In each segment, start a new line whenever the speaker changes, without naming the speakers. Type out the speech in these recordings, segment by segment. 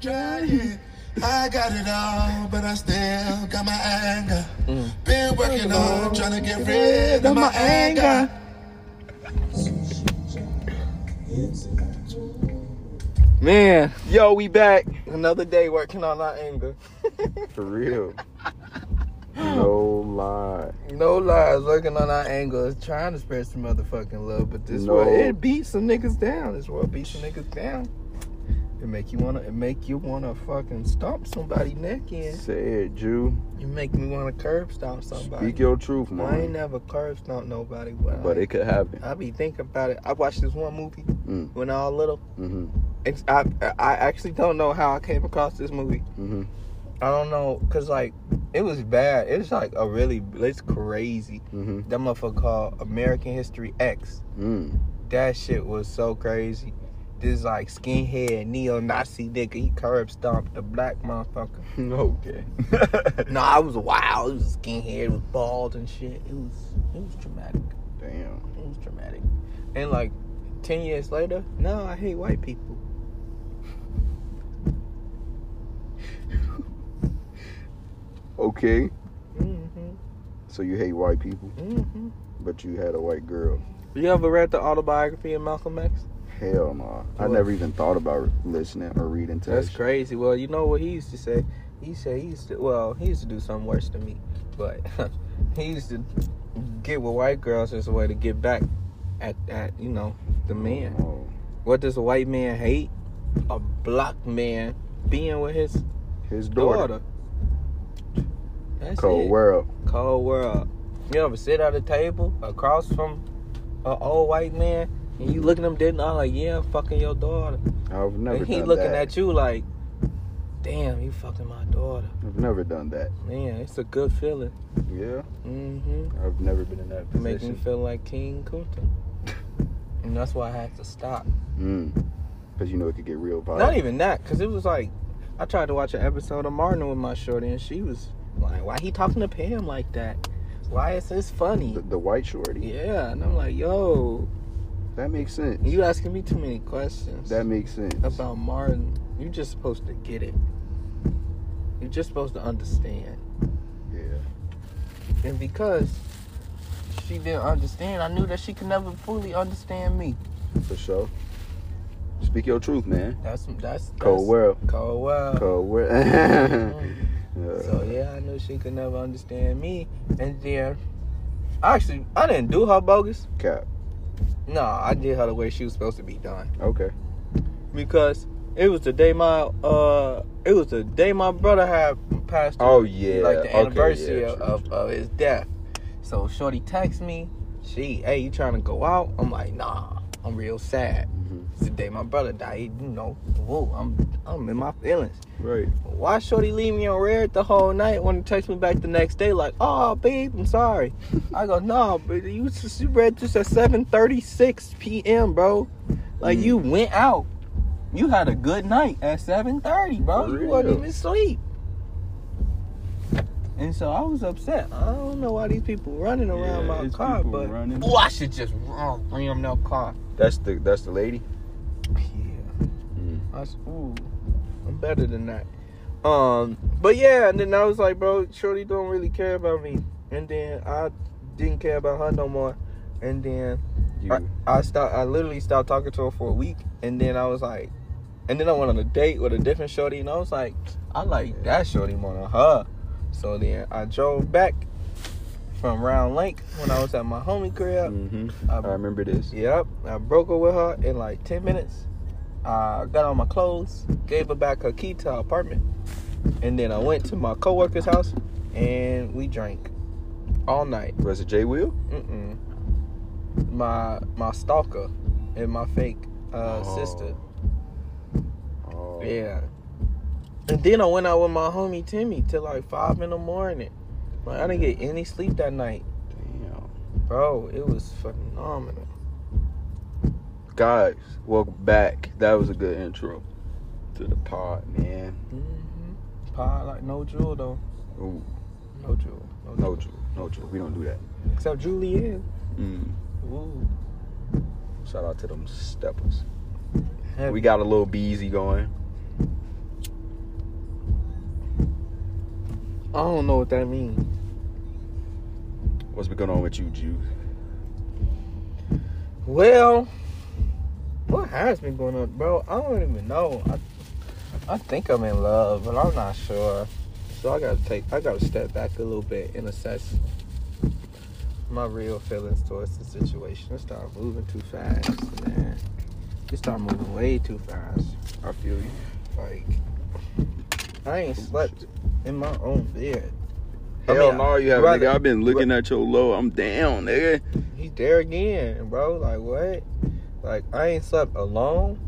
Giant. I got it all, but I still got my anger. Been working Mm. on trying to get rid of my anger.
Man, yo, we back. Another day working on our anger.
For real. no lie.
No lies, working on our anger, trying to spread some motherfucking love, but this
No.
world it beat some niggas down. This world beat some niggas down. It make you wanna it make you wanna fucking stomp somebody neck in.
Say it, Jew.
You make me wanna curb stomp somebody.
Speak your truth,
I ain't
man.
never curb stomp nobody, but, I-
But it could happen.
I be thinking about it. I watched this one movie
Mm.
when I was little.
hmm
It's, I I actually don't know how I came across this movie.
hmm
I don't know, cause like it was bad. It was like a really it's crazy.
hmm
That motherfucker called American History X.
Mm.
That shit was so crazy. This like skinhead neo Nazi nigga, he curb stomped a black motherfucker.
mm. Okay.
No, I was wild. It was a skinhead, it was bald and shit. It was it was traumatic.
Damn.
It was traumatic. And like ten years later, no, I hate white people.
Okay.
hmm
So you hate white people,
hmm
but you had a white girl.
You ever read the autobiography of Malcolm X?
Hell no. I
What?
never even thought about listening or reading to
That's
that shit.
crazy. Well, you know what he used to say? He said he used to, well, he used to do something worse than me, but he used to get with white girls as a way to get back at, at you know, the man.
Oh,
What does a white man hate? A black man being with his
his
daughter.
daughter.
That's
Cold
it.
world.
Cold world. You ever sit at a table across from an old white man and you looking them dead in the eye like, yeah, I'm fucking your daughter.
I've never
And he
done
looking
that.
at you like, damn, you fucking my daughter.
I've never done that.
Man, it's a good feeling.
Yeah.
Mm-hmm.
I've never been in that
Make me
position.
feel like King Kunta. And that's why I had to stop.
Mm. Cause you know it could get real violent.
Not even that, because it was like, I tried to watch an episode of Martin with my shorty, and she was like, why he talking to Pam like that? Why is this funny?
The, the white shorty.
Yeah, and I'm like, yo,
That makes sense.
you asking me too many questions
That makes sense.
about Martin. you just supposed to get it. You're just supposed to understand.
yeah.
And because she didn't understand, I knew that she could never fully understand me.
For sure. Speak your truth, man.
That's that's, that's
Cold world.
Cold world.
Cold world. Uh, Yeah.
So yeah, I knew she could never understand me. And then, actually, I didn't do her bogus.
Cap.
No, I did her the way she was supposed to be done.
Okay.
Because it was the day my uh, it was the day my brother had passed.
Oh, yeah.
like the
Okay,
anniversary
yeah,
of,
true,
of, of his death. So Shorty texts me, she, hey, you trying to go out? I'm like, nah, I'm real sad.
Mhm.
It's the day my brother died, you know. Whoa, I'm I'm in my feelings.
Right.
Why Shorty leave me on red the whole night? When to text me back the next day, like, oh babe, I'm sorry. I go, nah, but you s- you read this at 7:36 p.m., bro. Like
Mm.
you went out, you had a good night at 7:30, bro.
For
you wasn't
real.
even asleep. And so I was upset. I don't know why these people running around
Yeah,
my
it's
car,
people
but
running.
Ooh, I should just uh, ram no car.
That's the that's the lady.
Yeah.
Mm.
I s- ooh, I'm better than that. Um, but yeah, and then I was like, bro, Shorty don't really care about me. And then I didn't care about her no more. And then
You.
I, uh, I stopped. I literally stopped talking to her for a week. And then I was like, and then I went on a date with a different Shorty, and I was like, I like that Shorty more than her. So then I drove back from Round Lake when I was at my homie crib.
Mhm.
I-
I remember this.
Yep, I broke up with her in like 10 minutes. I got on my clothes, gave her back her key to her apartment, and then I went to my coworker's house and we drank all night.
Was it J. Will?
Mm-mm. My my stalker and my fake uh,
Oh.
sister.
Oh.
Yeah. And then I went out with my homie Timmy till like five in the morning. Like I didn't get any sleep that night,
Damn.
bro. It was phenomenal.
Guys, welcome back. That was a good intro to the pod, man.
Mm-hmm. Pie like no jewel though.
Ooh,
No jewel. No jewel.
no joke, no joke. We don't do that.
Except Julianne.
Mm.
Ooh.
Shout out to them steppers. We got a little beezy going.
I don't know what that means.
What's been going on with you, Jew?
Well, what has been going on, bro? I don't even know. I, I think I'm in love, but I'm not sure. So I gotta take, I gotta step back a little bit and assess my real feelings towards the situation. It started moving too fast, man. It started moving way too fast.
I feel you.
Like, I ain't slept in my own bed. I
Hell
mean,
no, you haven't.
rather-
nigga. I've been looking at your low. I'm down, nigga.
He's there again, bro. Like what? Like I ain't slept alone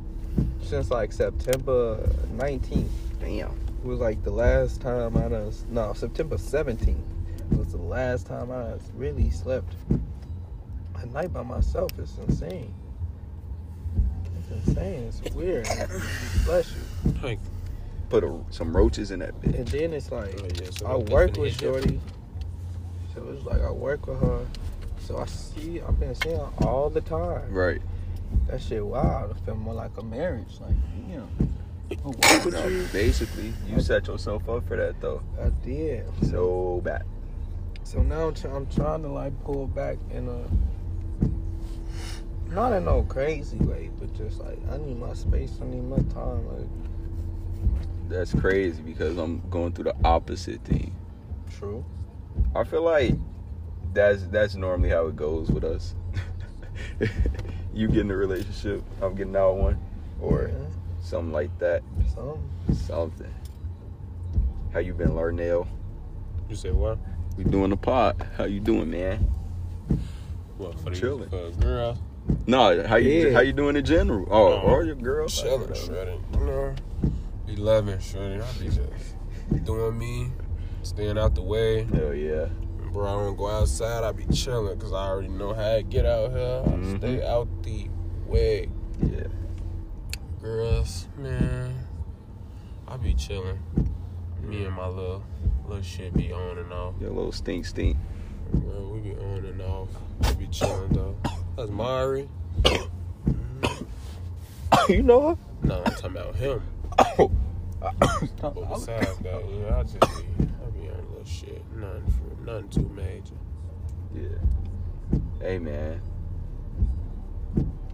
since like September 19th.
Damn.
It was like the last time I done no September 17th was the last time I done really slept at night by myself. It's insane. It's insane. It's weird. Bless you.
Like,
Put a, some roaches in that bitch.
And then it's like
oh, yeah, so
I
I'm
work
definitely
with
hit you.
Shorty. So it's like I work with her. So I see I've been seeing her all the time.
Right.
That shit wild. It feel more like a marriage. Like, you know. I work with
No,
you.
basically, you set yourself up for that though.
I did.
So bad.
So now I'm, try- I'm trying to like pull back in a not in no crazy way, but just like I need my space, I need my time. Like
That's crazy because I'm going through the opposite thing.
true.
I feel like that's that's normally how it goes with us. you get in a relationship, I'm getting out one, or
yeah,
something like that.
some
Something. How you been, Larnell?
You said what?
We doing the pot. How you doing, man?
What for the
Chilling.
for a girl?
No, how you
Yeah. Uh-huh.
how you doing in general? Oh,
Um,
or your girl? Oh,
Chilling, shredding. You know, be loving, shredding. I be just doing me, staying out the way.
Hell yeah.
Bro, I don't go outside. I be chilling because I already know how to get out here. I
Mm-hmm.
Mhm.
Stay out the way,
Yeah.
girls. Man, I be chilling. Me and my little little shit be on and off.
Your little stink stink.
Bro, we be on and off. We be chilling though. That's Mari.
you know her?
No, I'm talking about him. But besides that, yeah, I just be, I be on a little shit. Nothing, for, nothing too major.
Yeah. Hey man.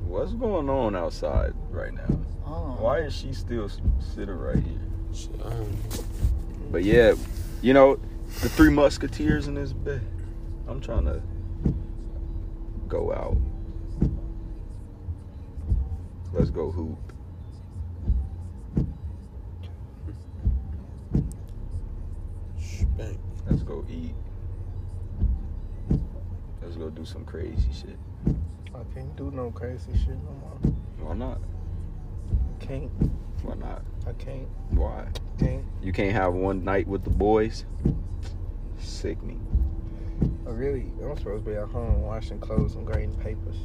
What's going on outside right now?
Uh-huh.
Why is she still s- sitting right here?
Shit, I don't
But yeah, you know, the three musketeers in this bed. I'm trying to go out. Let's go hoop.
spank.
Let's go eat. Let's go do some crazy shit.
I can't do no crazy shit no more.
Why not?
Can't.
Why not?
I can't.
Why?
Can't.
You can't have one night with the boys? Sickening.
I really. I'm supposed to be at home washing clothes and grading papers.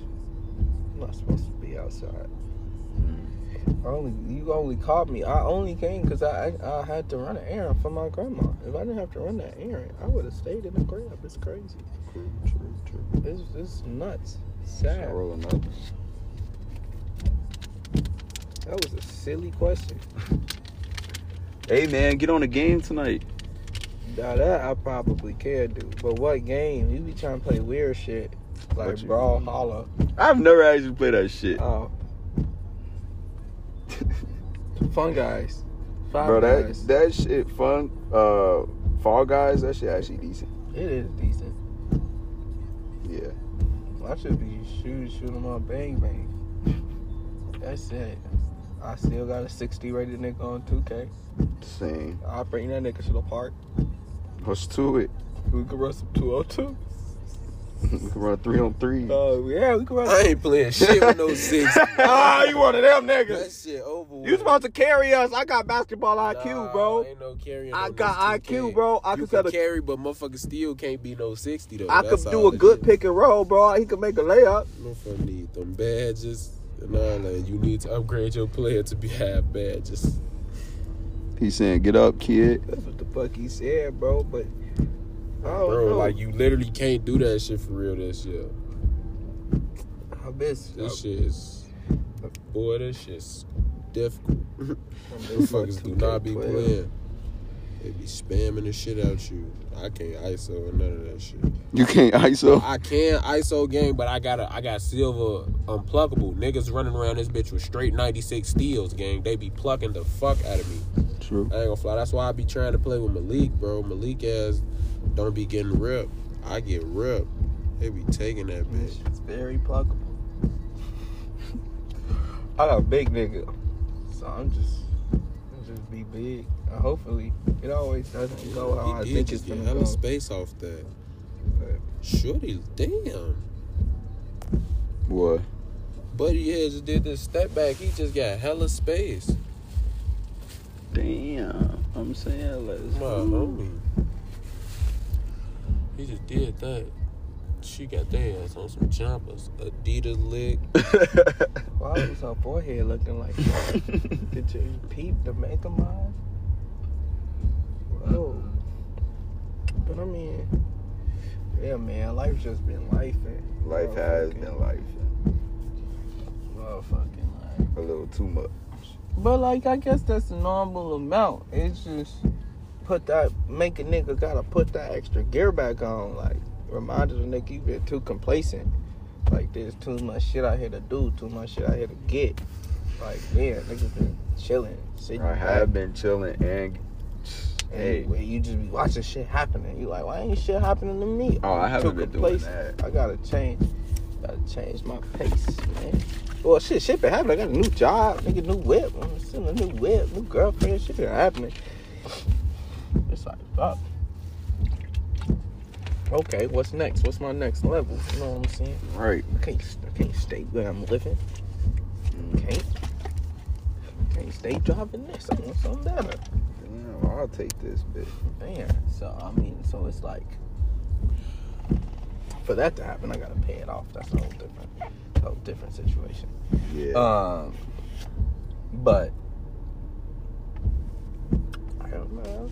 I'm not supposed to be outside.
Mm.
I only you only called me. I only came because I, I I had to run an errand for my grandma. If I didn't have to run that errand, I would have stayed in the crib. It's crazy.
True, true, true.
It's it's nuts.
Should I
Sad.
roll another?
That was a silly question.
Hey man, get on the game tonight.
Now that I probably can do, but what game? You be trying to play weird shit like
What you-
brawl holler.
I've never actually played that shit.
Uh,
Oh, fun guys. Five
Bro, that
guys.
that shit fun. Uh, Fall Guys, that shit actually decent.
it is decent.
Yeah,
I should be shoot shoot 'em up bang bang. That's it. I still got a 60 rated nigga on 2K.
same.
I bring that nigga to the park.
What's to it?
We could run some 202.
we can run three on
Mm.
three.
Oh yeah, we could run.
I ain't playing Uh, shit with no six.
ah, you one of them niggas.
That shit over.
You supposed to carry us. I got basketball IQ, bro.
Ain't no carrying
I
on
got
this 2K.
IQ, bro. I
you
could
can
set a-
carry, but motherfucker still can't be no sixty though.
I
That's
could
all
do a
it
good
is.
pick and roll, bro. He could make a layup.
Motherfucker need them badges and all that. You need to upgrade your player to be half badges.
He's saying, "Get up, kid."
That's what the fuck he said, bro. But I don't
Bro,
know.
like you literally can't do that shit for real this year.
I miss.
This shit is boy, this shit's difficult.
I miss my
Motherfuckers do not be
2K12.
playing. They be spamming the shit out you. I can't ISO and none of that shit.
You can't ISO.
I can ISO game, but I got a, I got silver unpluckable. Niggas running around this bitch with straight 96 steals, gang. They be plucking the fuck out of me.
True.
I ain't gonna fly. That's why I be trying to play with Malik, bro. Malik ass don't be getting ripped. I get ripped. They be taking that bitch.
It's very pluggable. I got a big nigga, so I'm just, I'm just be big. And hopefully, it always doesn't go how I
he did
think it's
just get
gonna
hella
go.
space off that.
But
Shorty, damn.
What?
Buddy yeah, just did this step back. He just got hella space.
Damn. I'm saying let's.
My homie.
He just did that. She got their ass on some jumpers.
Adidas lick.
Why is her forehead looking like that? Did you peep the make of mine? Whoa. But I mean, yeah, man, life's just been life and
life has been life.
motherfucking life.
A little too much.
But like, I guess that's the normal amount. It's just put that make a nigga gotta put that extra gear back on. Like, remind the nigga you been too complacent. Like, there's too much shit out here to do, too much shit out here to get. Like, yeah, niggas been chilling, sitting
I
back.
have been chilling and. Hey.
Hey, where you just be watching shit happening. You like, why ain't shit happening to me?
Oh, I haven't
Took
been
a
doing
place.
that.
I gotta change. Gotta change my pace, man. Well, shit, shit been happening. I got a new job, nigga, new whip. I'm sitting a new whip, new girlfriend. Shit been happening. It's like, fuck. Okay, what's next? What's my next level? You know what I'm saying?
Right.
I can't, I can't stay where I'm living.
Mm.
Can't. Can't stay driving this. I want something better.
Damn, I'll take this bitch.
Damn. So I mean, so it's like for that to happen, I gotta pay it off. That's a whole different, whole different situation.
Yeah.
Um, but I don't know.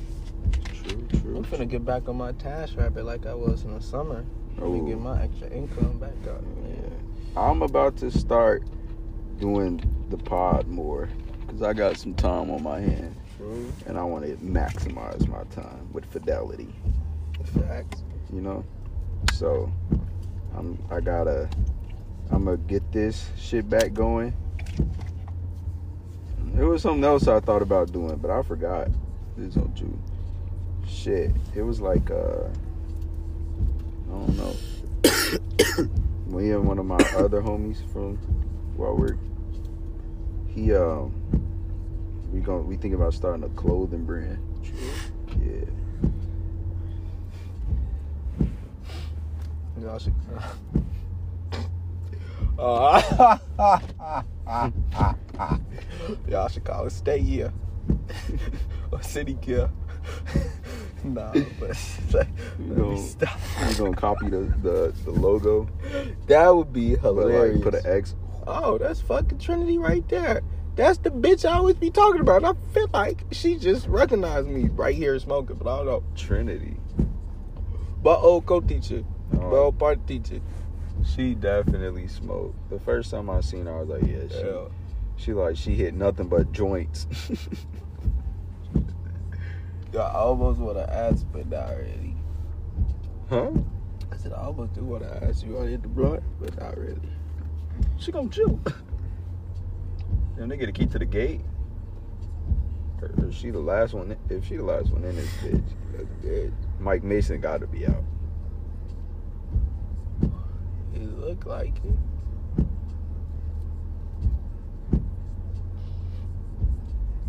true,
I'm
true.
finna get back on my task rabbit like I was in the summer.
Ooh.
And get my extra income back up.
Oh, Yeah. I'm about to start doing the pod more because I got some time on my hand
True.
and I want to maximize my time with fidelity,
Facts.
you know? So I'm I gotta I'm gonna get this shit back going. It was something else I thought about doing, but I forgot. It's on you. Shit. It was like uh I don't know. me and one of my other homies from where I work, he um we going we think about starting a clothing brand. Yeah.
Y'all should. Uh, y'all should call it stay year or city gear. nah, but like,
You
let
gonna,
me stop.
you gonna copy the, the, the logo,
That would be
but
hilarious.
like put an X.
oh, that's fucking Trinity right there. That's the bitch I always be talking about. I feel like she just recognized me right here smoking, but I don't know.
Trinity.
My old co-teacher, my
Oh,
old party teacher.
she definitely smoked. The first time I seen her, I was like, yeah, she,
Yeah.
she like she hit nothing but joints.
I almost want to ask, but not really.
huh?
I said, I almost do want to ask you want to hit the blunt, but not really. She gonna chill.
Them nigga the key to the gate. Or, or she the last one. If she the last one in this bitch, that's good. Mike Mason got to be out.
It look like it.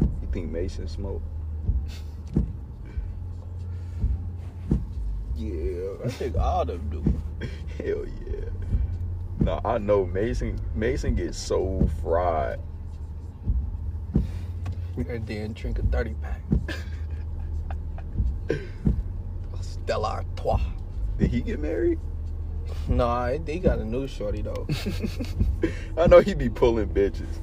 You think Mason smoked?
Yeah, I think all them do.
Hell yeah. Nah, I know Mason. Mason gets so fried.
And then drink a 30 pack. Stella Artois.
Did he get married?
Nah, they got a new shorty though.
I know he be pulling bitches.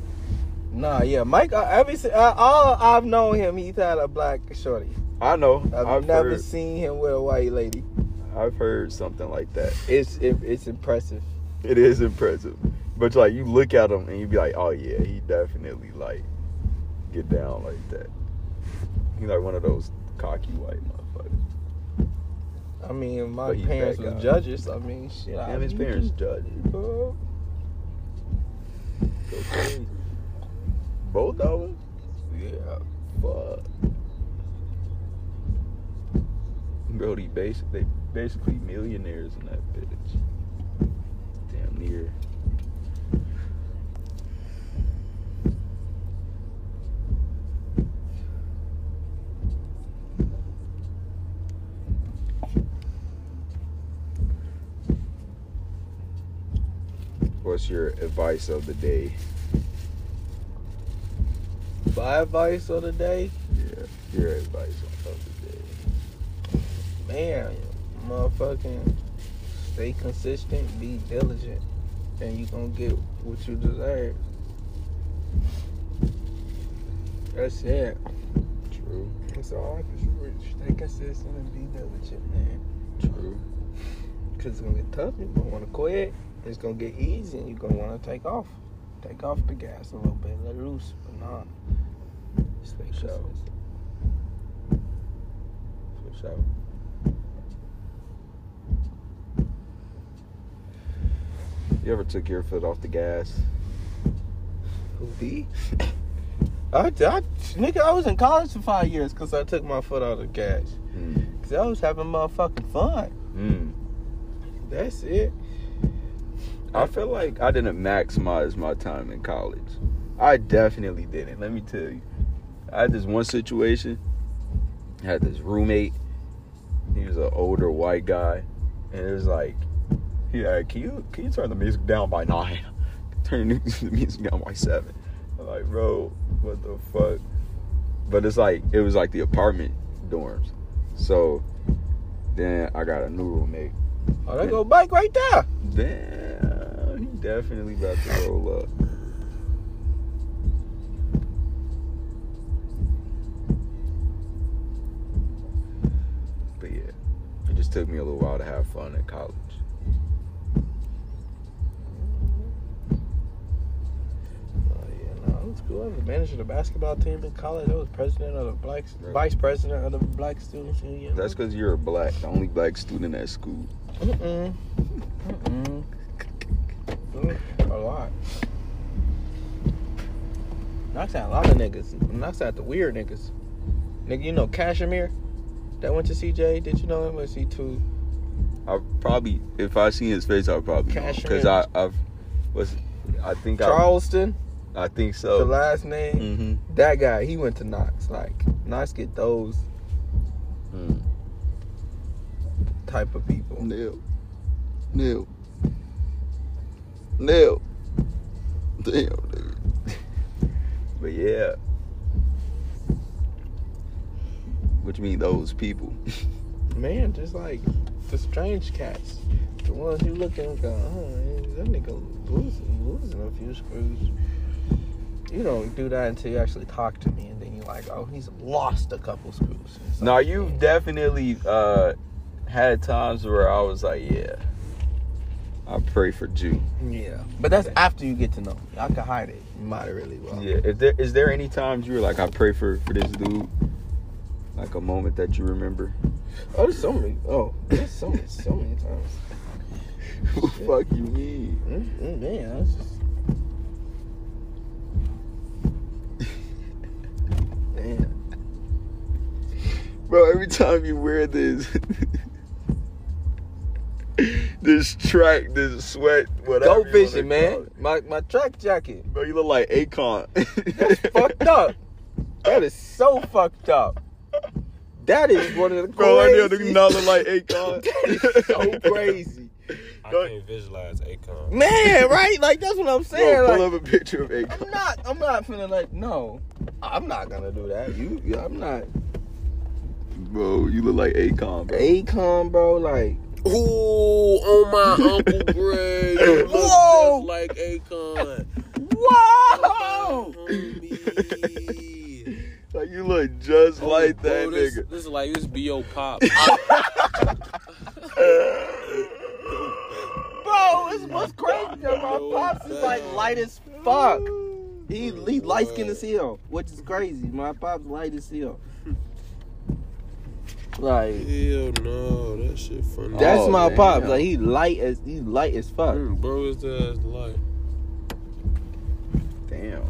nah, yeah, Mike. Uh, every si- uh, all I've known him, he's had a black shorty.
I know.
I've,
I've,
never
heard,
seen him with a white lady.
I've heard something like that.
It's it, it's impressive.
It is impressive. But like you look at him and you be like, oh yeah, he definitely like get down like that. He like one of those cocky white motherfucker.
I mean, my
But he
parents
bad
was
guy.
judges. I mean, shit. I
Damn, his
you
parents
just-
judge.
Go crazy.
Both of them?
Yeah.
Fuck. Bro, they basic they basically millionaires in that bitch. Damn near. What's your advice of the day?
My advice of the day,
Yeah, your advice on of the day.
man, motherfucking, stay consistent, be diligent, and you gonna get what you deserve. That's it.
True,
That's all I can say. Stay consistent and be diligent, man.
true.
Cause it's gonna get tough. You gonna wanna quit. It's gonna get easy, and you gonna wanna take off. Take off the gas a little bit, let it loose, but nah. Stay
sure.
consistent.
For sure. You ever took your foot off the gas?
Who D? I, I, nigga, I was in college for five years because I took my foot out of the gas.
Mm.
Because I was having motherfucking fun.
Mm.
That's it.
I feel like I didn't maximize my time in college. I definitely didn't. Let me tell you. I had this one situation. I had this roommate. He was an older white guy, and it was like, he like, can you can you turn the music down by nine? Turn the music down by seven. I'm like, bro, what the fuck? But it's like it was like the apartment dorms. So then I got a new roommate.
Oh, that go bike right there.
Damn, he definitely about to roll up. But yeah, it just took me a little while to have fun in college.
Oh, yeah, no, it was cool. I was manager of the basketball team in college. I was president of the black,
Really?
vice president of the black students union.
That's because you're a black, the only black student at school.
Mm-mm. Mm-mm. Mm, A lot. Knocks out a lot of niggas. Knocks out the weird niggas. Nigga, you know Cashmere that went to CJ. Did you know him? Was he too?
I probably, if I see his face, I probably because I, I've was, I think
Charleston,
I, I think
the
so.
last name.
mm-hmm.
That guy, he went to Knox. Like Knox get those
Mm.
type of people.
Neil. Neil. Neil. Damn, dude. but yeah. What you mean those people?
Man, just like the strange cats, the ones you look at and go, oh, that nigga losing, losing a few screws. You don't do that until you actually talk to me, and then you're like, oh, he's lost a couple screws. It's
now
like,
you've
man,
definitely uh had times where I was like, yeah. I pray for Jew.
yeah, but that's after you get to know me. I can hide it moderately well.
Yeah. If there is there any times you were like, I pray for for this dude? Like a moment that you remember?
Oh, there's so many. Oh, there's so many, so many times.
what the fuck you mean?
Mm, mm, man, that's just. Damn.
Bro, every time you wear this this track, this sweat, whatever.
Go
you wanna
fishing,
call
man.
it.
My my track jacket.
Bro, you look like Akon.
That's fucked up. That is so fucked up. That is one of the
Bro, I
crazy.
know do not look like Akon.
that is so crazy,
I
Go-
can't visualize Akon.
man. Right? Like that's what I'm saying.
Bro, pull
like,
up a picture of Akon.
I'm not. I'm not feeling like no. I'm not gonna do that. You. you- I'm not.
Bro, you look like Akon, bro.
Acon, bro. Like
Ooh, oh my Uncle Greg. You look
Whoa.
just like Akon.
Oh.
whoa.
Homie.
Like you look just like that
Bro, this,
nigga.
This is like, this B.O. Pop.
Bro, this what's crazy though.
Yo,
My pops is like
damn.
light as fuck. He he light skinned as hell, which is crazy. My pops light as hell. Like
Hell no, that shit funny.
that's
Oh,
my
damn.
pops. Like he light as he light as fuck.
Mm, bro is the like
Damn.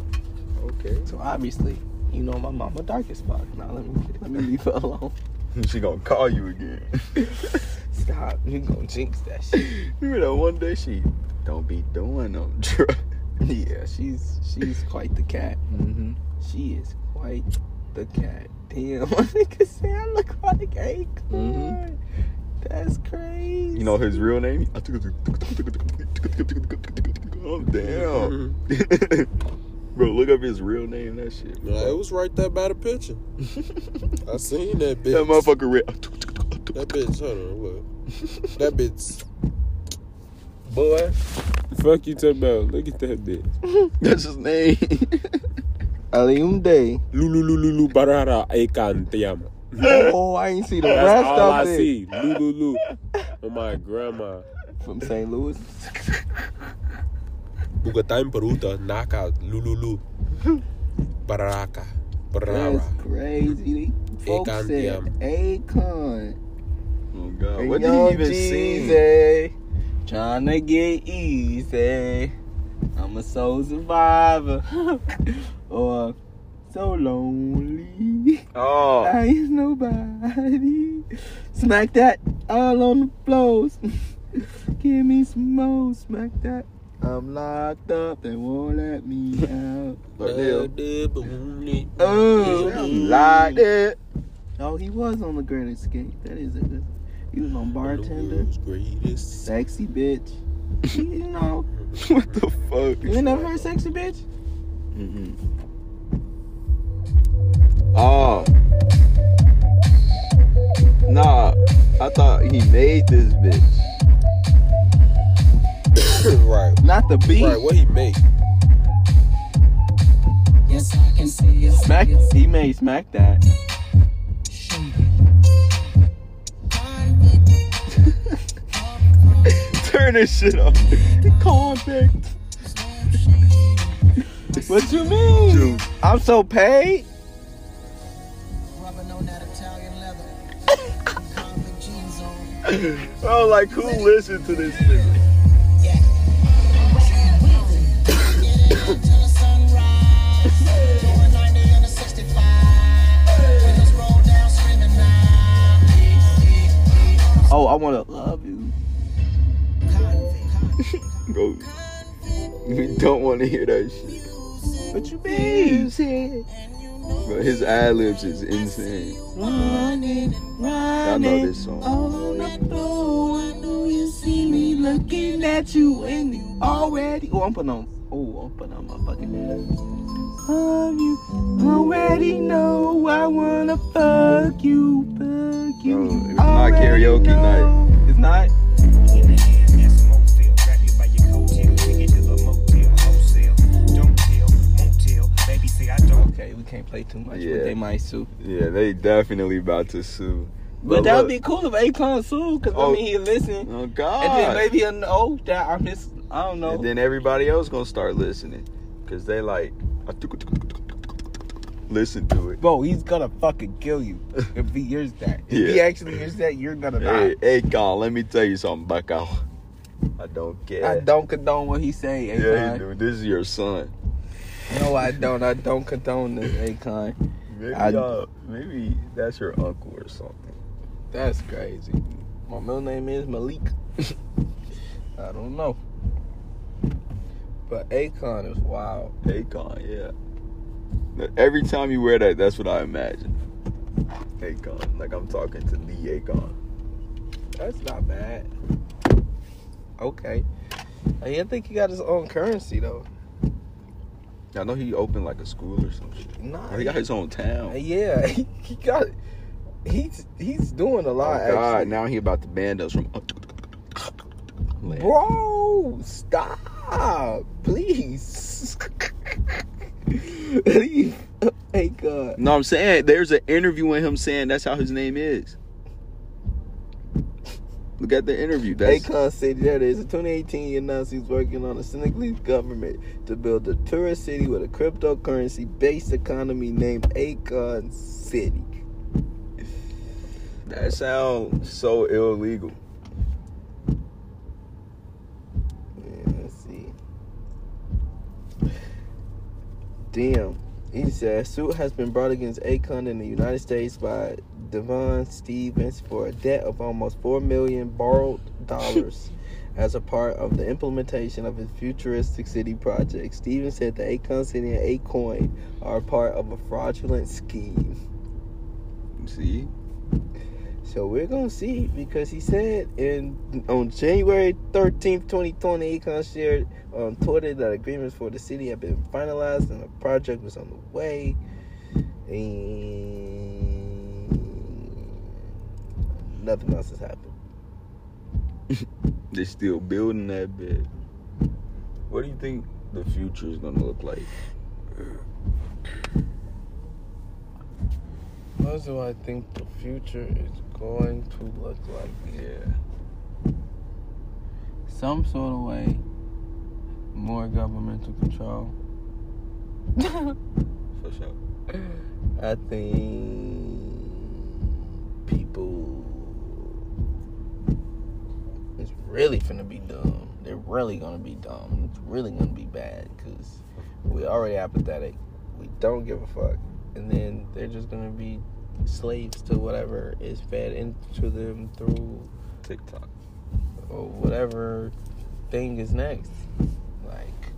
Okay.
So obviously, you know my mama dark as fuck. Now let me let me leave her alone.
She gonna call you again.
Stop. You gonna jinx that shit.
you know, one day she don't be doing no drugs.
yeah, she's she's quite the cat.
Mm-hmm.
She is quite the cat. Damn, my nigga say I look like Acorn.
Mhm.
That's crazy.
You know his real name? Oh, damn.
Mm-hmm.
Bro, look up his real name. That shit.
Nah, it was right there by the picture. I seen that bitch.
That motherfucker real.
That bitch, hold on, look. That bitch.
boy.
Fuck you talking about? Look at that bitch.
That's his name.
Alium Day.
Lulu lulu lulu barara ekantiama.
Oh, I ain't see the
That's
rest
all I
of it
see. Lulu lulu. Oh my grandma.
from St. Louis.
Bugatime peruta knockout lulu lulu. Baraka.
That's
Barara.
crazy. They- Folks
Akon,
said
damn.
Akon.
Oh God,
And
what did
Young
he even sing?
Jeezy, Tryna get easy. I'm a soul survivor. or so lonely.
Oh,
I ain't nobody. Smack that all on the floors. Give me some more. Smack that. I'm locked up. They won't let me out.
Lordell.
Oh,
Like that.
oh, he was on the Great Escape. That is a good. He was on bartender.
greatest.
Sexy bitch. you know,
What the fuck?
you ain't never heard sexy bitch.
Mm-hmm. Oh. Nah, I thought he made this bitch.
right,
Not the beat.
right. What he make?
Yes, I can see it.
Smack. He made smack that.
Turn this shit off.
Convict. what you mean?
True.
I'm so paid.
Rubbing on that Italian leather. Convict jeans on.
Bro, Oh, like who listened to this nigga?
Get it until the sunrise. Doing 90 and a 65. Windows roll down, screaming now.
Oh, I wanna love you.
Convict,
Go.
convict
We don't want to hear that shit.
music.
What you mean?
And you know
But his ad libs is insane.
Running,
I
running.
know this song.
On the floor, I know you see me looking at you and you already. Oh, I'm putting on. Oh, I'm putting on my fucking. Love you. Already know I wanna fuck you, fuck you.
No, it's
you
not
already
karaoke
know. It's not. Okay, we can't play too much,
Yeah.
but they might sue.
Yeah, they definitely about to sue.
But that would be
look-
cool if Akon sued, cause
Oh.
I mean he listen,
Oh God.
and then maybe he'll know that I'm just I don't know.
And then everybody else gonna start listening, cause they like, listen to it.
Bro, he's gonna fucking kill you if he hears that. If he
Yeah.
actually hears that, you're gonna die.
Hey, hey, Con, let me tell you something, Bucko. I don't care.
I don't condone what he's saying,
Yeah,
Akon.
dude, this is your son.
no, I don't. I don't condone this, Akon.
Maybe,
I-
uh, maybe that's your uncle or something.
That's crazy. My middle name is Malik. I don't know. But Akon is wild.
Hey, Con, yeah. Look, Every time you wear that, that's what I imagine. Hey, Con, like I'm talking to the Akon.
That's not bad. Okay. I mean, I think he got his own currency though.
I know he opened like a school or some shit.
Nah.
Oh, he got his own town.
yeah, he, he got he's he's doing a
Oh,
lot
God,
actually.
now he about to ban us from. Land.
Bro, stop. Please. Leave. Hey, God.
No, I'm saying there's an interview with him saying that's how his name is. Look at the interview. That's
Akon said there it is. In 2018, he announced he's working on the Senegalese government to build a tourist city with a cryptocurrency based economy named Akon City.
That sounds so illegal.
Yeah, let's see. Damn. He said, suit has been brought against Akon in the United States by Devon Stevens for a debt of almost four million borrowed dollars as a part of the implementation of his futuristic city project. Stevens said the Akon City and Acoin are part of a fraudulent scheme.
See?
So we're gonna see because he said in on January 13th, 2020, Akon shared on Twitter that agreements for the city have been finalized and a project was on the way. And nothing else has happened.
They still building that bit. What do you think the future is gonna look like?
What do I think the future is going to look like?
Yeah.
Some sort of way, more governmental control.
For sure.
I think people
It's really finna be dumb. They're really gonna be dumb. It's really gonna be bad because we already apathetic. We don't give a fuck, and then they're just gonna be slaves to whatever is fed into them through
TikTok.
or whatever thing is next. Like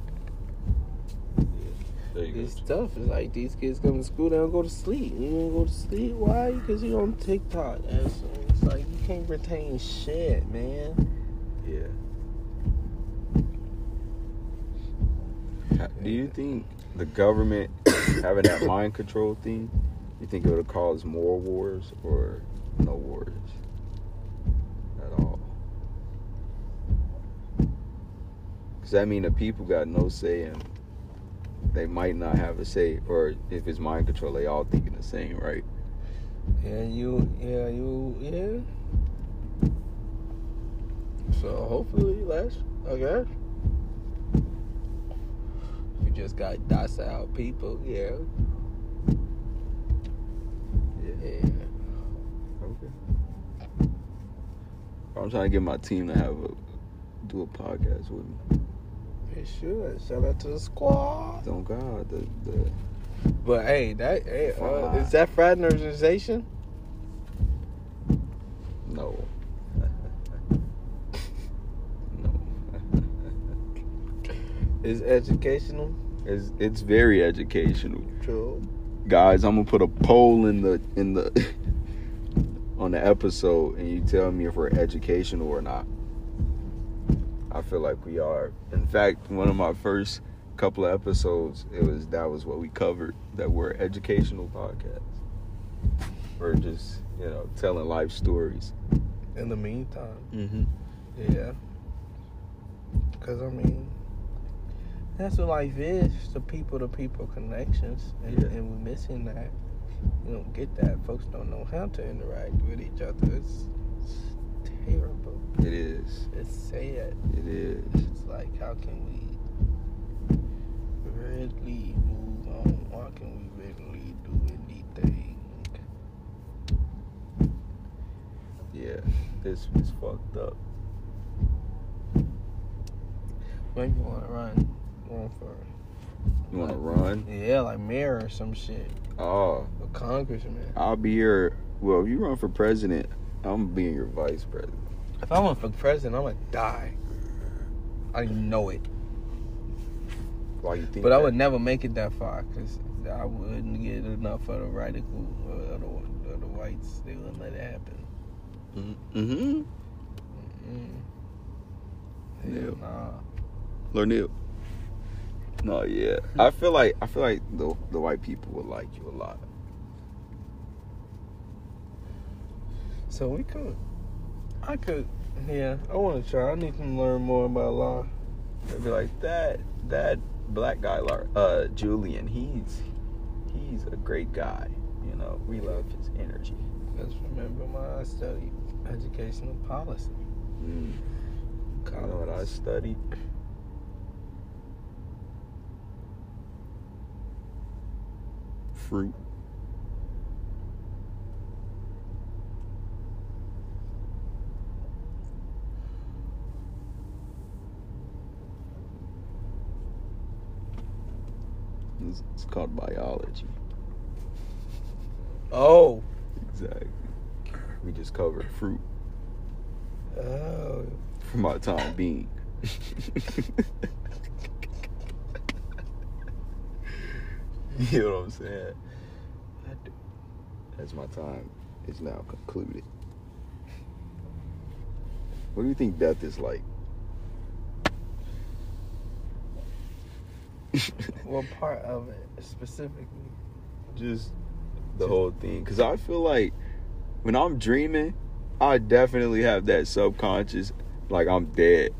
There you
it's tough. It's like these kids come to school, they don't go to sleep. You don't go to sleep. Why? Because you on TikTok. And so it's like you can't retain shit, man.
go. Yeah. Ha- Do you think
the government having that mind control thing, you think it would cause more wars or no wars at all? Because that mean the people got no say and they might not have a say, or if it's mind control, they all thinking the same, right?
Yeah, you. Yeah, you. Yeah. So hopefully less. I guess. You just got docile people. Yeah. Yeah.
Okay. I'm trying to get my team to have a do a podcast with me.
It should. Shout out to the squad.
Don't God, the, the
But hey, that hey, uh,
Fuck.
is that fraternization?
No. no.
Is educational?
It's it's very educational.
True.
Guys, I'm gonna put a poll in the in the on the episode and you tell me if we're educational or not. I feel like we are. In fact, one of my first couple of episodes, it was that was what we covered. That we're educational podcasts. We're just, you know, telling life stories.
In the meantime,
Mm-hmm.
yeah. Cause I mean, that's what life is. The people to people connections, and,
Yeah.
and we're missing that. You don't get that. Folks don't know how to interact with each other. It's, it's terrible.
It is.
It's sad.
It is.
It's like, how can we really move on? Why can we really do anything?
Yeah. This is fucked up.
Maybe you want to run, run for
You wanna run?
Yeah, like mayor or some shit.
Oh,
A congressman.
I'll be your. Well, if you run for president, I'm being your vice president.
If I went for president, I'm gonna die. I know it.
Why you think?
But I
that?
would never make it that far because I wouldn't get enough of the radical uh, of the, of the whites. They wouldn't let it happen.
Mm-hmm.
Mm.
Yeah.
Hell Nah.
Lornell. No, yeah. I feel like I feel like the the white people would like you a lot.
So we could. I could. Yeah, I want to try. I need to learn more about law.
They'd be like that that black guy, Lar- uh, Julian. He's he's a great guy. You know, we love his energy.
Just remember my I studied educational policy.
Mm. You know what I studied? Fruit. It's, it's called biology.
Oh.
Exactly. We just covered fruit
Oh.
for my time being. you know what I'm saying? I do. As my time is now concluded. What do you think death is like?
What part of it specifically?
just the whole thing because i feel like when i'm dreaming i definitely have that subconscious like i'm dead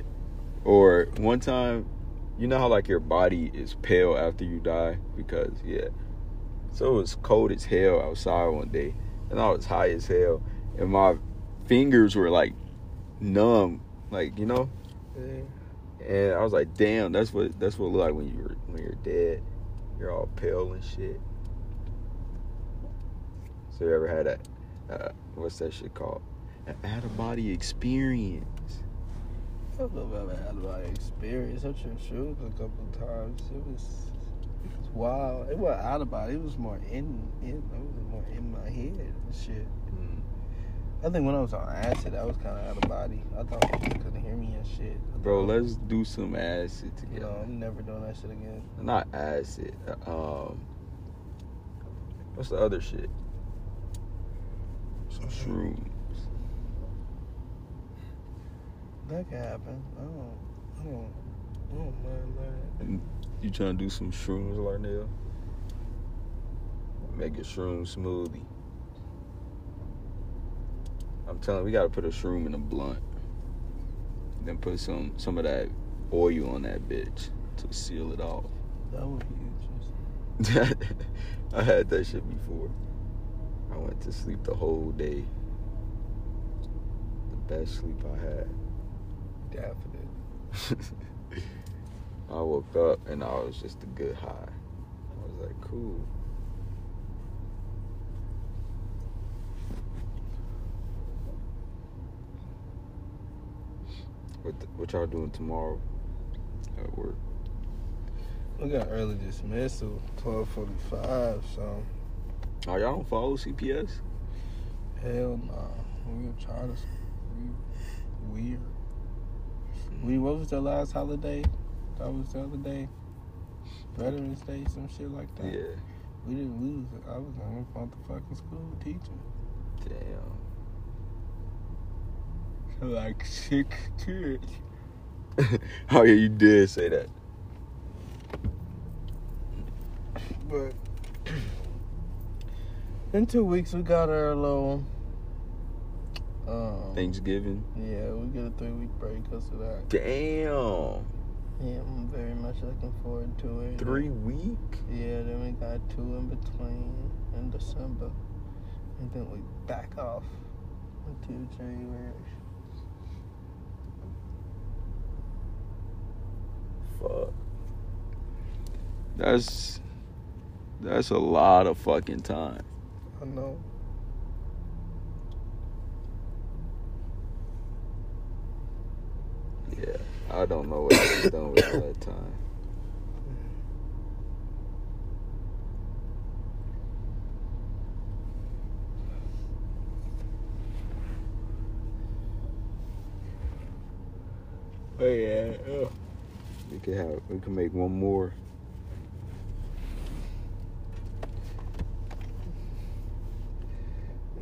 or one time you know how like your body is pale after you die because yeah so it was cold as hell outside one day and i was high as hell and my fingers were like numb like you know and i was like damn that's what that's what it look like when you're when you're dead you're all pale and shit so you ever had a, uh, what's that shit called? An out of body experience.
I don't know if I've ever had my experience. I tripped shrooms a couple times. It was, it was wild. It wasn't out about it. It was more in, in, it was more in my head and shit. I think when I was on acid, I was kind of out of body. I thought people couldn't hear me and shit.
Bro, let's do some acid
You
together.
know, I'm never doing that shit again.
Not acid. uh, Um, what's the other shit? Some shrooms.
That could happen. I don't, I don't, I don't mind that.
You trying to do some shrooms, Larnell? Make a shroom smoothie. I'm telling you, we gotta put a shroom in a blunt. Then put some some of that oil on that bitch to seal it off.
That would be interesting.
I had that shit before. I went to sleep the whole day. The best sleep I had.
Definitely.
I woke up and I was just a good high. I was like, cool. What, the, what y'all doing tomorrow at work?
We got early dismissal, 1245, so.
Oh, y'all don't follow CPS?
Hell no. We were tired of we weird. We
Mm-hmm.
what was the last holiday? That was the other day. Veterans Day, some shit like that.
Yeah.
We didn't lose. I was in motherfucking school teaching.
Damn.
Like six kids.
oh, yeah, you did say that.
But in two weeks we got our little um
Thanksgiving.
yeah, we get a three week break because of that.
Damn.
Yeah, I'm very much looking forward to it.
Three week?
Yeah, then we got two in between in December. And then we back off until January.
Fuck. That's that's a lot of fucking time.
I know.
Yeah. I don't know what I've done with all that time.
But yeah,
We could have we could make one more.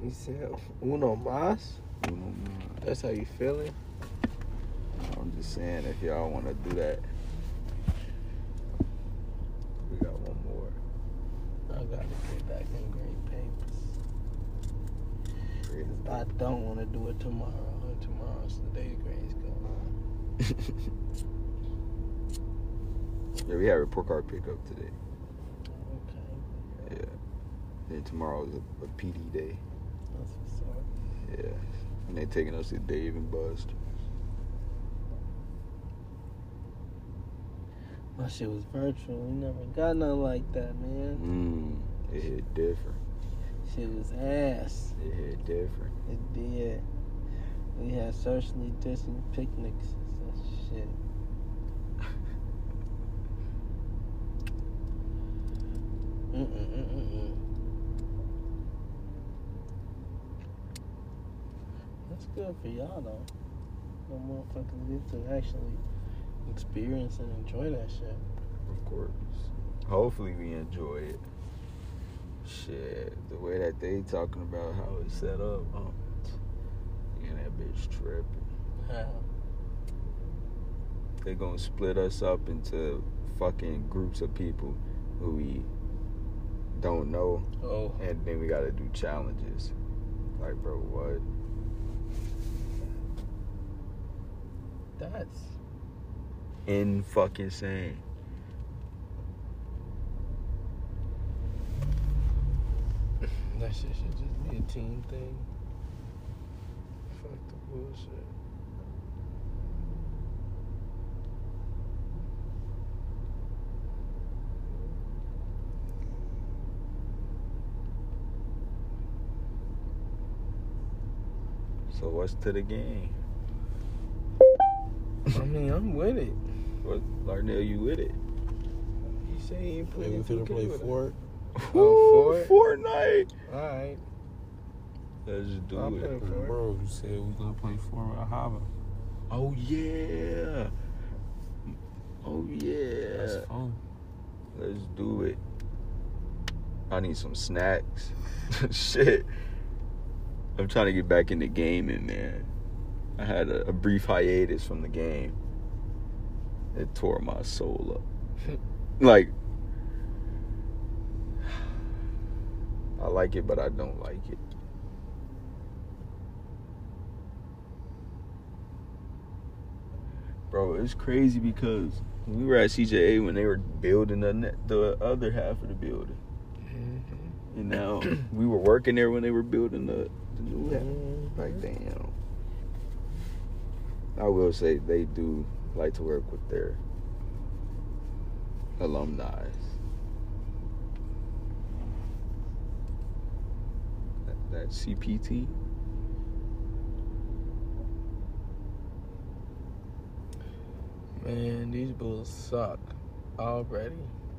you said uno mas?
You know, man.
That's how you feeling?
I'm just saying if y'all wanna do that. We got one more.
I gotta get back in green papers.
Great.
I don't wanna do it tomorrow. and Tomorrow's the day the grades go.
Yeah, we had report card pickup today.
Okay.
Yeah. Then tomorrow is a, a PD day.
That's what's up.
Yeah. And they taking us to Dave and Bust.
My shit was virtual. We never got nothing like that, man.
Mmm. It hit different.
Shit was ass.
It hit different.
It did. We had socially distant picnics and shit. Mm, mm, mm, mm, mm. That's good for y'all though. The motherfuckers get to actually experience and enjoy that shit.
Of course. Hopefully we enjoy it. Shit, the way that they talking about how it's set up, um, yeah, that bitch tripping.
Yeah.
They gonna split us up into fucking groups of people who we don't know,
Oh,
and then we gotta do challenges. Like, bro, what?
that's
In fucking sane.
that shit should just be a team thing. Fuck the bullshit.
So what's to the game?
I mean, I'm with it.
What, Larnell, you with it?
You say you ain't
Nigga
playing
finna
2K
play
with
Fort.
Ooh, Fortnite.
us. All right,
Let's do
I'll
it.
play for
Bro, you said we gonna play Fort with Ahava.
Oh yeah. Oh yeah.
That's fun.
Let's do it. I need some snacks. Shit. I'm trying to get back into gaming, man. I had a, a brief hiatus from the game. It tore my soul up. like, I like it, but I don't like it. Bro, it's crazy because we were at CJA when they were building the ne- the other half of the building. And now we were working there when they were building the, the new half. Like damn. I will say they do like to work with their alumni. That, that CPT.
it. Man, these bulls suck already.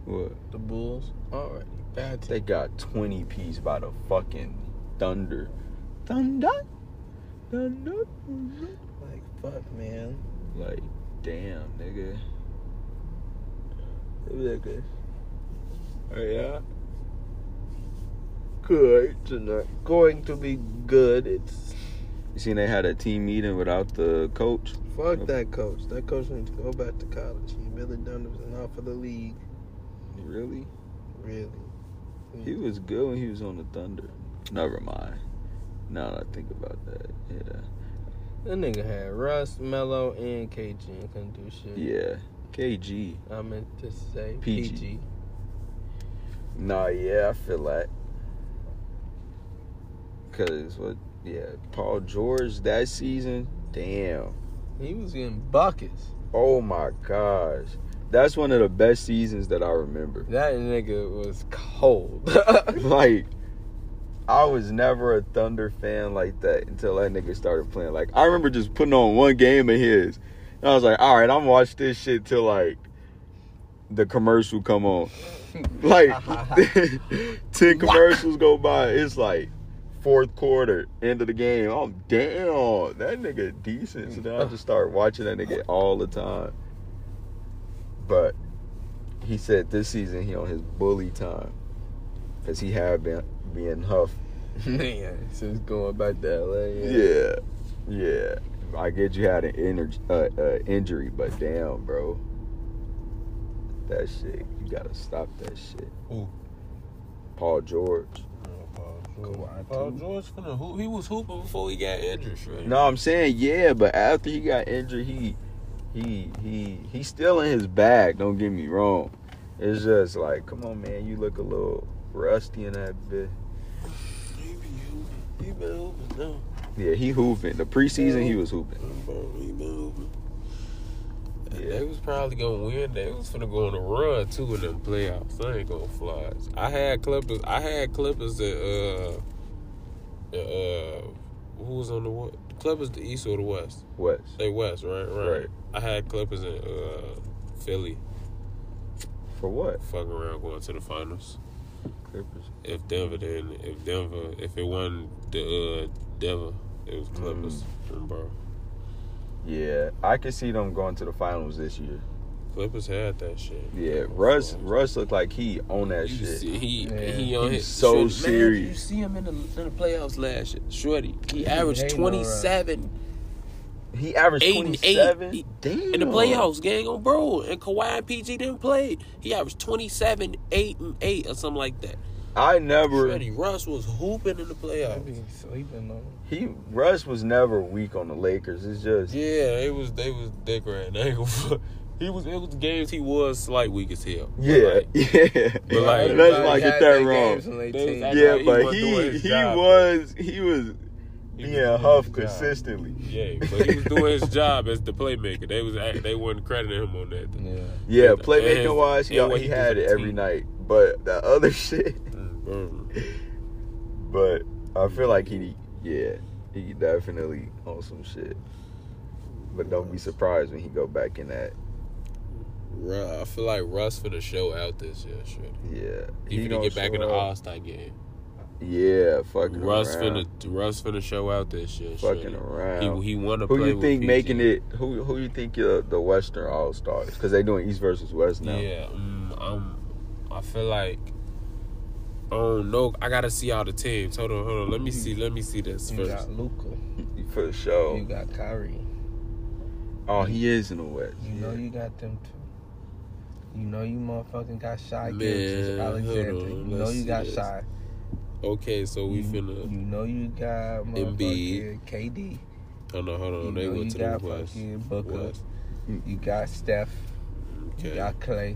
What?
The bulls already bad team.
They got 20 piece by the fucking thunder. Thunder? Thunder?
Like fuck, man.
Like, damn, nigga.
Nigga.
Oh, yeah?
Good tonight. Going to be good. It's
You seen they had a team meeting without the coach?
fuck that coach. That coach needs to go back to college. He really done was enough for the league.
Really?
Really.
He was good when he was on the Thunder. Never mind. Now that I think about that, yeah.
That nigga had Russ, Mello, and KG and couldn't do shit.
Yeah. KG.
I meant to say
PG. Nah, yeah, I feel that. Cause what? Yeah, Paul George that season. Damn.
He was getting buckets.
Oh my gosh. That's one of the best seasons that I remember.
That nigga was cold.
like I was never a Thunder fan like that until that nigga started playing. Like I remember just putting on one game of his, and I was like, "All right, I'm gonna watch this shit till like the commercial come on." like ten commercials go by, it's like fourth quarter, end of the game. Oh damn, that nigga decent. So then I just start watching that nigga all the time. But he said this season he on his bully time because he had been being huffed.
Man, since going back to LA.
Yeah, yeah. I get you had an energy, uh, uh, injury, but damn, bro, that shit. You gotta stop that shit.
Who?
Paul George.
Paul George finna hoop. He was hooping before he got injured, right?
No, I'm saying yeah, but after he got injured, he, he, he, he's still in his bag. Don't get me wrong. It's just like, come on, man, you look a little rusty in that bit.
He be hooping. He been hooping now.
Yeah, he hooping. The preseason, he was hooping.
Bro, he been hooping. And
Yeah.
They was probably gonna win. They was finna go on a run too in the playoffs. I ain't gonna fly. I had Clippers. I had Clippers at uh, uh, uh who was on the what? Clippers the East or the West?
West.
They West, right? Right.
Right.
I had Clippers in uh Philly.
For what?
Fuck around going to the finals.
Clippers.
If Denver didn't, if Denver, if it wasn't the uh, Denver, it was Clippers. Bro,
Yeah, I could see them going to the finals this year.
Clippers had that shit.
Yeah, Russ. Russ looked like he on that
You
shit.
see, he
Yeah.
he on his
so
Shorty, man,
serious.
you see him in the in the playoffs last year, Shorty. He
Hey,
averaged
no,
twenty seven
He averaged
Eight and eight.
27.
He-
Damn.
in the playoffs, gang on bro. And Kawhi and PG didn't play. He averaged 27, 8, and 8 or something like that.
I never.
Shorty, Russ was hooping in the
I
playoffs.
be sleeping on.
He Russ was never weak on the Lakers. It's just
Yeah, they was they was dick ran. They was- he was it was games he was slight weak as hell. But,
yeah,
like,
yeah.
But like-
let's not get that
they
wrong.
was acting
Yeah,
like he
but
wasn't
he
doing his
he
job,
was he was
He was
being
doing his
huff
job.
consistently.
Yeah, but he was doing his job as the playmaker. They was act- they wasn't crediting him on that.
Yeah.
Yeah,
And-
playmaking
and-
wise, he,
and what
he
he did
had
for
it
the
every
team.
night. But the other shit,
Mm,
but I feel like he yeah he definitely on some shit. But don't be surprised when he go back in that.
Ru- I feel like Russ for the show out this year, shit.
Yeah,
He, finna
gonna
get back in the
show up.
All Star game.
Yeah, fucking
Russ
around.
finna Russ finna show out this year.
Fucking
shorty.
around.
He he wanna
Who
play
you
with
think
PG.
making it? Who who you think uh, the Western All Stars? Because they doing East versus West now.
Yeah, um, i I feel like. Oh no! I gotta see all the teams. Hold on, hold on. Let me see. Let me see this
You
first.
got Luca.
For
You
sure.
got Kyrie.
Oh, he is in the West.
You know you got them two. You know you motherfucking got Shy
Man,
Gilchrist Alexander.
hold on,
You know
let's
you
see
got
this.
Shy.
Okay, so we
you, You
finna.
know you got motherfucking
Embiid.
KD.
Hold on, hold on. they
You know you
went to the
got
West.
fucking Booker.
West.
You got Steph. You
Okay.
got Clay.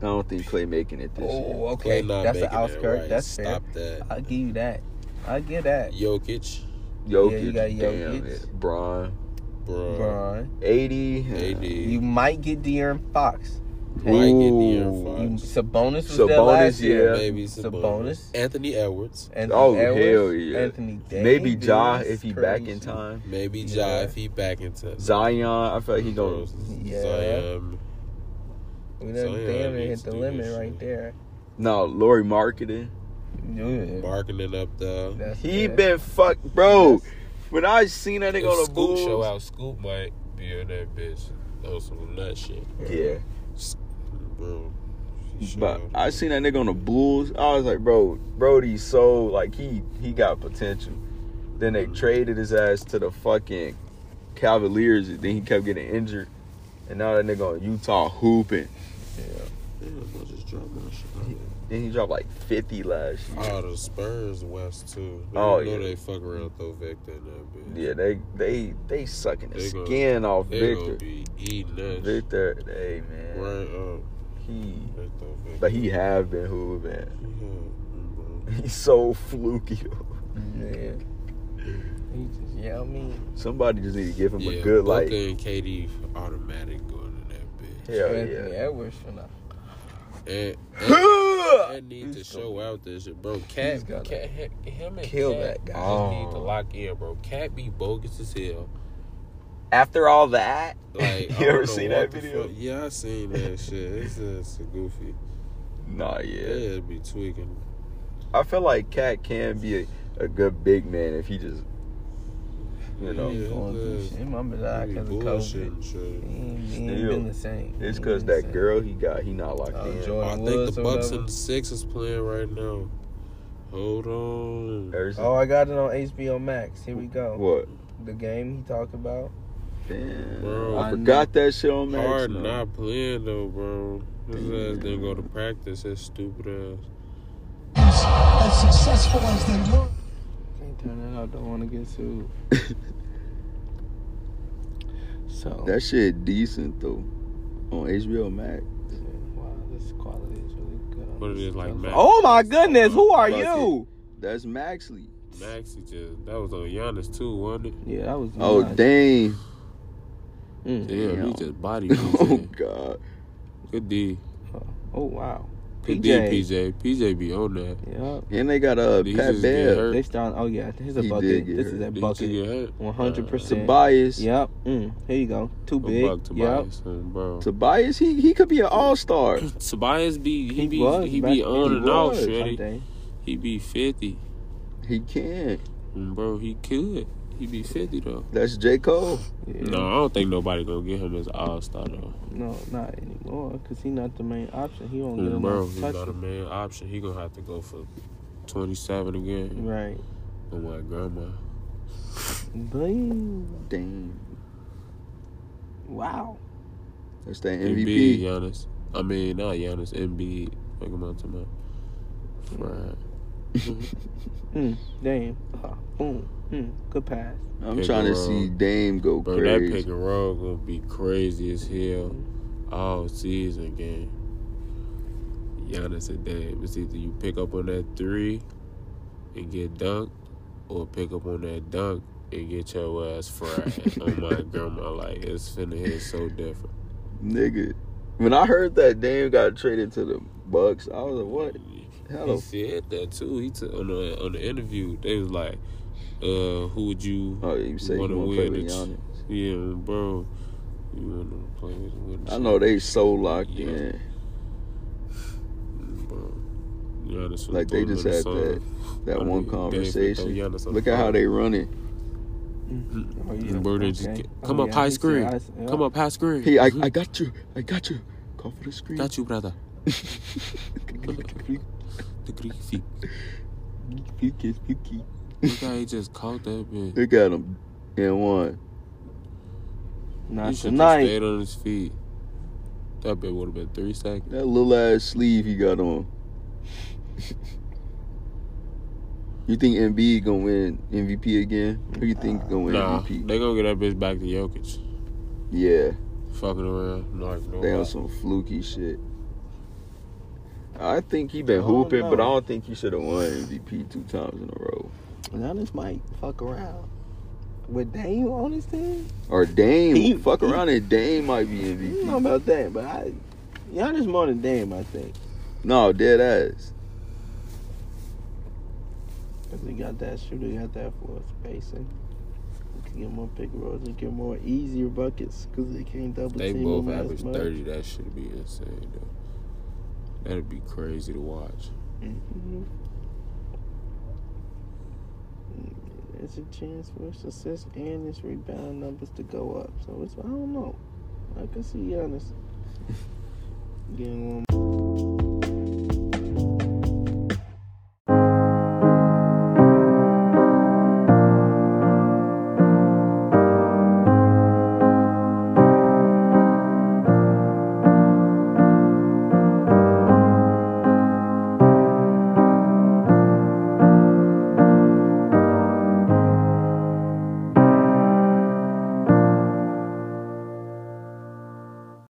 I don't think Clay making it this year.
Oh,
Clay
okay.
not
That's an
making it,
outskirt.
right.
That's
Stop
fair.
that.
I'll give you that. I get that.
Jokic,
Jokic,
Yeah, you got
damn
Jokic.
it. Bron,
bro.
Bron.
eighty.
AD.
You might get De'Aaron Fox.
Mike
Ooh.
You,
Indian Fox.
Sabonis was there
Sabonis,
last year.
yeah.
Maybe Sabonis.
Sabonis.
Anthony Edwards.
Anthony
Oh,
Edwards,
hell yeah.
Anthony Davis.
Maybe Ja if he back in
Crazy.
time.
Maybe Ja
Yeah.
if he back into
Zion, I feel like he gonna.
Yeah.
Zion.
We done
So, yeah,
damn
needs
near hit the
to do
limit
this
right
shit.
there.
No, Lori Marketing.
Yeah.
Barking up the
That's
He
it.
been fuck, bro. When I seen that nigga on the
Scoop show
Bulls,
out. Scoop might be on that bitch. On some nut shit,
yeah.
bro. She showed
But
out.
I seen that nigga on the Bulls. I was like, bro, Brody's so like he he got potential. Then
Mm-hmm.
they traded his ass to the fucking Cavaliers. and Then he kept getting injured, and now that nigga on Utah hooping.
Damn, I just dropped my shit.
Then he dropped like fifty last year.
Oh, the Spurs West too. They
Oh,
know
yeah.
they fuck around throw Victor in that bitch.
Yeah, they they they sucking the
They gonna-
skin off
they gonna
Victor.
be eating that shit
Victor, hey man,
right up.
he
They throw Victor.
but he have been hooping.
Yeah, mm, bro.
He's so fluky.
Yeah. He just, yeah, I mean,
Somebody just need to give him
Yeah,
a good
Booker
like.
and KD automatic going to that bitch.
Hell
Anthony
yeah.
Edwards finna.
And, I need to show out this shit, bro. Cat,
gotta Oh.
Cat, he- him and
kill
Cat
that guy.
Just need to lock in, bro. Cat be bogus as hell.
After all that,
Like I
You
don't
ever
know
seen
what
that
the
video?
fuck- Yeah, I seen that shit. It's just goofy.
nah,
Yeah,
yeah.
it be tweaking.
I feel like Cat can be a, a good big man if he just, you know,
Yeah,
Going through
just-
shit. My
He
bad
be
because of
bullshit
COVID.
and shit.
He ain't, he ain't
Still,
been the same. He ain't
it's because
been the
that
same.
girl he got, he not
Uh,
locked
Oh,
in.
Jordan
I
Woods
think the
or
Bucks
whatever.
and the Six is playing right now. Hold on.
Ever since-
Oh, I got it on HBO Max. Here we go.
what?
The game he talked about.
Damn,
Bro,
I,
I
forgot that shit on Max.
Hard
man.
not playing though, bro. His ass didn't go to practice. His stupid ass.
As successful as they were.
Can't turn it out. Don't want to get sued. so,
That shit decent though, on HBO Max.
wow, this quality is really good.
What it is like, Max?
Oh my goodness, who are you?
That's Maxley.
Maxi just that was on Giannis too, wasn't it?
Yeah, that was.
Oh
nice.
dang!
Damn,
Mm.
Damn.
he just body
Oh
beat
god!
Good D.
Oh wow.
PJ. PJ.
PJ.
PJ be on that.
Yep.
And they got uh,
Did he
Pat
just get
Bev.
hurt?
They starting. Oh yeah, here's a
He
bucket.
did get
This is a
Did you get
bucket.
hurt?
One hundred percent.
Tobias.
Yep. Mm. Here you go. Too
Fuck
big. yep.
Tobias, and bro.
Tobias, he he could be an all star.
Tobias be he,
He
be
was
he
back
be on
then.
and off,
was.
Shreddy.
Someday.
He be fifty,
He can.
and bro. He could. He be fifty though.
That's J Cole.
Yeah.
No, I don't think nobody gonna get him as all star though.
No, not anymore. Cause he not the main option. He don't get
And bro,
enough
he's not a
touches.
man option. He gonna have to go for twenty seven again.
Right.
Oh my grandma.
Bling.
Damn,
Wow.
that's that
Embiid,
MVP.
Giannis. I mean, not Giannis. Embiid. Fuck him out to my. Fried.
Mm. Damn. Uh, boom. Mm. Good pass.
I'm
Pick
trying to
and roll.
see Dame go
Bro, that pick
crazy.
and roll gonna be crazy as hell all season game. Giannis and Dame. It's either you pick up on that three and get dunked, or pick up on that dunk and get your ass fried. oh my grandma, like it's finna hit so different.
Nigga, when I heard that Dame got traded to the Bucks, I was like, what? How the
He said that too. He took on the on the interview. They was like, uh, "Who would you?
Oh, you say you want
Wanna
to play
win
with
the ch-
Giannis?
Yeah, bro. You want to play with? with the
I know they so locked
Yeah.
in.
bro. Giannis was
Like, they
born
just
in the
had
sun.
that- That
I
one
mean, Dame finna
conversation.
throw Giannis on
Look
the
at how
floor.
they running.
Oh, yeah.
Bro, they just
Okay.
get-
Oh,
come up
yeah.
high
He said,
screen.
I s-
Come
yeah.
up high screen.
Hey, I, I got you. I got you. Call for the screen.
got you, brother. The Greek feet.
Peaky, peaky.
Look how he just caught that bitch.
They got him in one.
Not
He should have
tonight.
stayed on his feet. That bitch would have been three seconds.
That little ass sleeve he got on. you think Embiid gonna win MVP again? Who you think gonna win
Nah,
MVP?
they gonna get that bitch back to Jokic.
Yeah,
Fucking around, like no.
they on
lie.
some fluky shit. I think he been
I don't
hooping, but I
know.
don't think he should have won MVP two times in a row.
Giannis might fuck around. With Dame on his team?
Or Dame,
He-
fuck
he-
around and Dame might be
Mm-hmm.
I don't know
MVP.
about that, but I Giannis more than Dame, I think.
No, dead ass.
Cause he got that shooter, he got that floor spacing. We can get more pick and rolls and get more easier buckets because they can't double
They
team
both
him as
average
much.
thirty. That should be insane. Though. That'd be crazy to watch.
Mhm. Mm, There's a chance for his assists and his rebound numbers to go up. So it's I don't know. I can see Giannis getting one